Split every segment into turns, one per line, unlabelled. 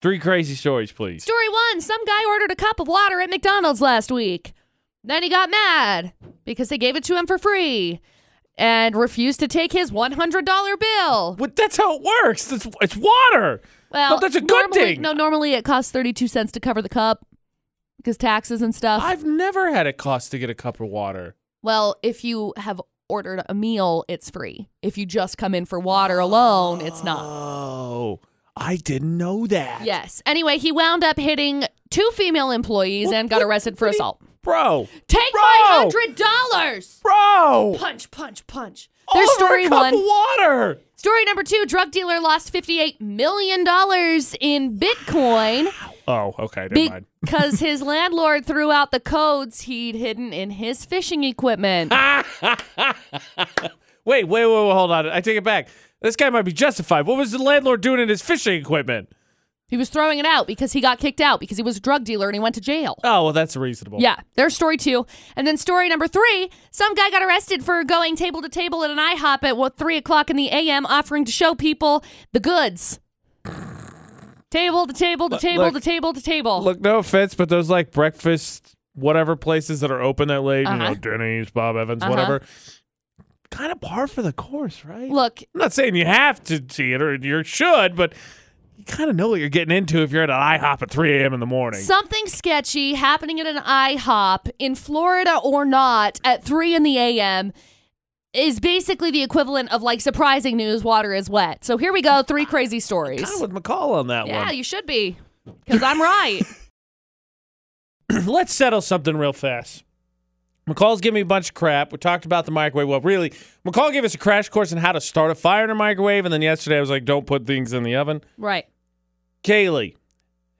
Three crazy stories, please.
Story one Some guy ordered a cup of water at McDonald's last week. Then he got mad because they gave it to him for free and refused to take his $100 bill.
Well, that's how it works. It's, it's water.
Well,
No, that's a good
normally-
thing.
No, normally it costs 32 cents to cover the cup because taxes and stuff.
I've never had it cost to get a cup of water.
well, if you have ordered a meal, it's free. If you just come in for water alone, it's not.
Oh, I didn't know that.
Yes. Anyway, he wound up hitting two female employees
What-
and got
what-
arrested for
what do you-
assault.
Bro,
Take my
Bro!
hundred dollars.
bro.
Punch, punch, punch.
over
There's
a
story
cup
one.
Of water.
Story number two: Drug dealer lost fifty-eight million dollars in Bitcoin
Oh, okay. Never mind.
because his landlord threw out the codes he'd hidden in his fishing equipment.
Wait, wait, wait, wait, hold on. I take it back. This guy might be justified. What was the landlord doing in his fishing equipment?
He was throwing it out because he got kicked out because he was a drug dealer and he went to jail.
Oh, well, that's reasonable.
Yeah, there's story two. And then story number three some guy got arrested for going table to table at an IHOP at what, 3 o'clock in the a.m., offering to show people the goods. table to table to table to
look-
table to table.
Look, no offense, but those like breakfast, whatever places that are open that late, you
Uh-huh.
know, Denny's, Bob Evans,
Uh-huh.
whatever, kind of par for the course, right?
Look,
I'm not saying you have to see it or you should, but you kind of know what you're getting into if you're at an IHOP at 3 a.m. in the morning.
something sketchy happening at an IHOP in Florida or not at 3 in the a.m. is basically the equivalent of like surprising news water is wet. So here we go three crazy stories.
Kind of with McCall on that
Yeah,
one.
you should be. Because I'm right.
Let's settle something real fast. McCall's giving me a bunch of crap. We talked about the microwave. Well, really, McCall gave us a crash course on how to start a fire in a microwave, and then yesterday I was like, "Don't put things in the oven."
right.
Kaylee,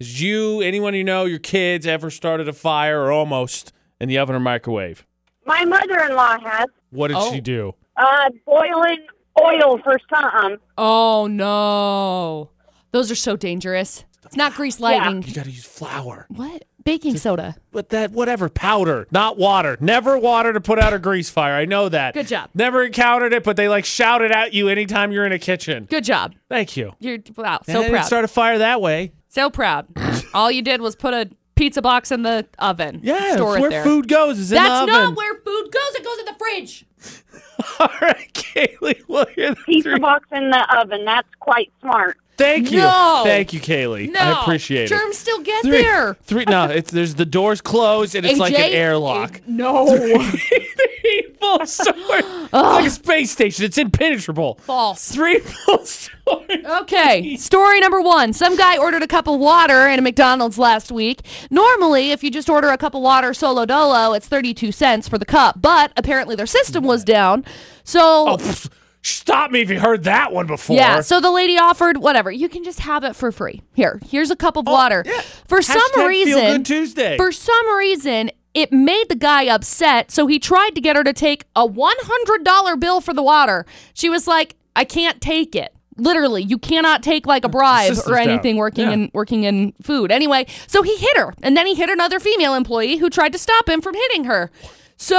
has you, anyone you know, your kids ever started a fire or almost in the oven or microwave?
My mother-in-law has
What did
Oh.
she do?
uh, boiling oil for something.
Oh no. Those are so dangerous. It's not grease lighting.
You got to use flour,
What? Baking soda.
but that whatever powder, not water. Never water to put out a grease fire. I know that.
Good job.
Never encountered it, but they like shout it at you anytime you're in a kitchen.
Good job.
Thank you.
You're wow,
And I
so
didn't
proud.
Start a fire that way.
so proud. All you did was put a pizza box in the oven.
Yeah,
store
it's
it
where
there.
food goes is in
That's
the oven.
not where food goes. It goes in the fridge.
All right, Kaylee. Well, you're the
Pizza
three-
box in the oven. That's quite smart.
Thank you,
No.
thank you, Kaylee.
No.
I appreciate
Germs
it.
still get
Three,
there.
three. No, it's there's the doors closed and it's like an
AJ?
airlock.
No.
Three full stories. It's like a space station. It's impenetrable.
False.
Three full stories.
Okay, story number one. Some guy ordered a cup of water at a McDonald's last week. Normally, if you just order a cup of water solo dolo, it's 32 cents for the cup, but apparently their system was down. So,
Oh, pff, stop me if you heard that one before.
yeah, so the lady offered whatever. You can just have it for free. Here, here's a cup of water.
Oh, yeah.
For
Hashtag
some reason,
Feel Good Tuesday.
for some reason, it made the guy upset, so he tried to get her to take a $100 bill for the water. She was like, "I can't take it." Literally, you cannot take like a bribe
system's
or anything
down.
working
Yeah.
in working in food. Anyway, so he hit her, and then he hit another female employee who tried to stop him from hitting her. So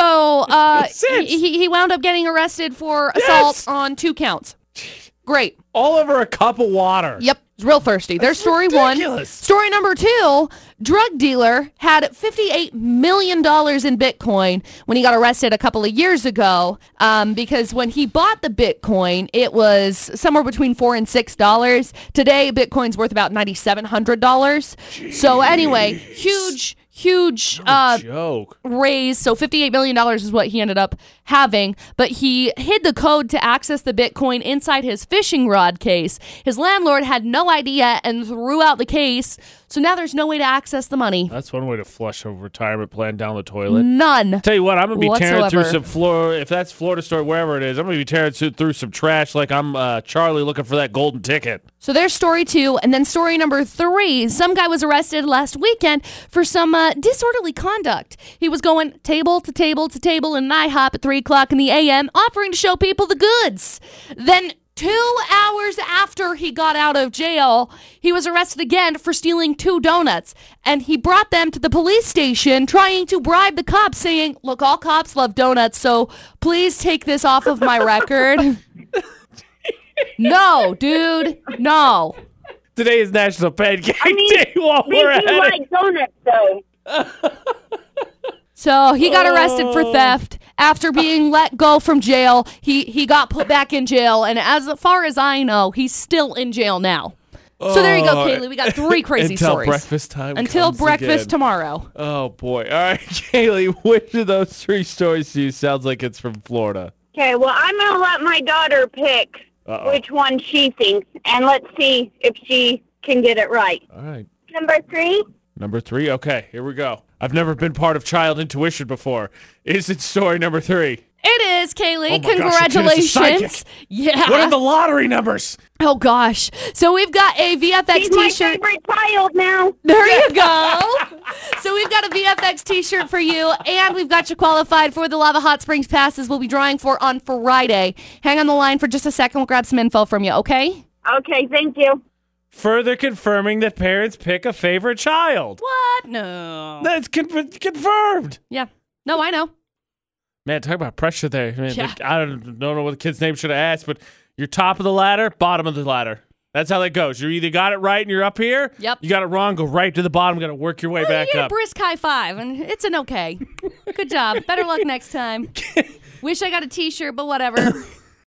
uh,
Makes sense.
he, he- he wound up getting arrested for assault on two counts. Great.
all over a cup of water.
Yep, it's real thirsty. There's story one.
ridiculous.
Story number two drug dealer had $58 million in Bitcoin when he got arrested a couple of years ago um, because when he bought the Bitcoin, it was somewhere between 4 and $6. Today, Bitcoin's worth about $9,700. So, anyway, huge, huge. Uh,
Joke.
raised so $58 million is what he ended up having but he hid the code to access the bitcoin inside his fishing rod case his landlord had no idea and threw out the case so now there's no way to access the money
That's one way to flush a retirement plan down the toilet.
none
Tell you what, I'm gonna be tearing through
Whatsoever.
some floor. If that's Florida store, wherever it is, I'm gonna be tearing through, through some trash like I'm uh, Charlie looking for that golden ticket.
so there's story two and then story number three some guy was arrested last weekend for some uh, disorderly conduct he was going table to table to table in an ihop at 3 o'clock in the am offering to show people the goods then Two hours after he got out of jail, he was arrested again for stealing two donuts. And he brought them to the police station trying to bribe the cops, saying, Look, all cops love donuts, so please take this off of my record. no, dude, no.
Today is National Pancake
I mean,
Day while
We
we're at
do
it.
like donuts, though.
So he got arrested
Oh.
for theft after being let go from jail. He he got put back in jail, and as far as I know, he's still in jail now. So there you go,
Oh.
Kaylee. We got three crazy
Until
stories
breakfast time.
until
comes
breakfast
again.
tomorrow.
Oh boy! All right, Kaylee, which of those three stories to you sounds like it's from Florida?
Okay, well, I'm going to let my daughter pick
Uh-oh.
which one she thinks, and let's see if she can get it right.
All right,
Number three,
number three. Okay, here we go. I've never been part of child intuition before. Is it story number three?
It is Kaylee.
Oh my gosh, the kid is a
Congratulations!
psychic.
yeah.
What are the lottery numbers?
oh gosh. So we've got a VFX
she's my
T-shirt.
favorite child now.
There you go. so we've got a VFX T-shirt for you, and we've got you qualified for the Lava Hot Springs passes we'll be drawing for on Friday. Hang on the line for just a second. We'll grab some info from you, okay?
Okay, thank you.
Further confirming that parents pick a favorite child.
What? No.
That's con- confirmed.
Yeah. No, I know.
Man, talk about pressure there. Man,
Yeah.
like, I don't, don't know what the kid's name should have asked, but you're top of the ladder, bottom of the ladder. That's how that goes. You either got it right and you're up here.
Yep.
You got it wrong, go right to the bottom. Got to work your way
You
back
get a
up.
brisk high five, and it's an okay. Good job. Better luck next time. Wish I got a T-shirt, but whatever.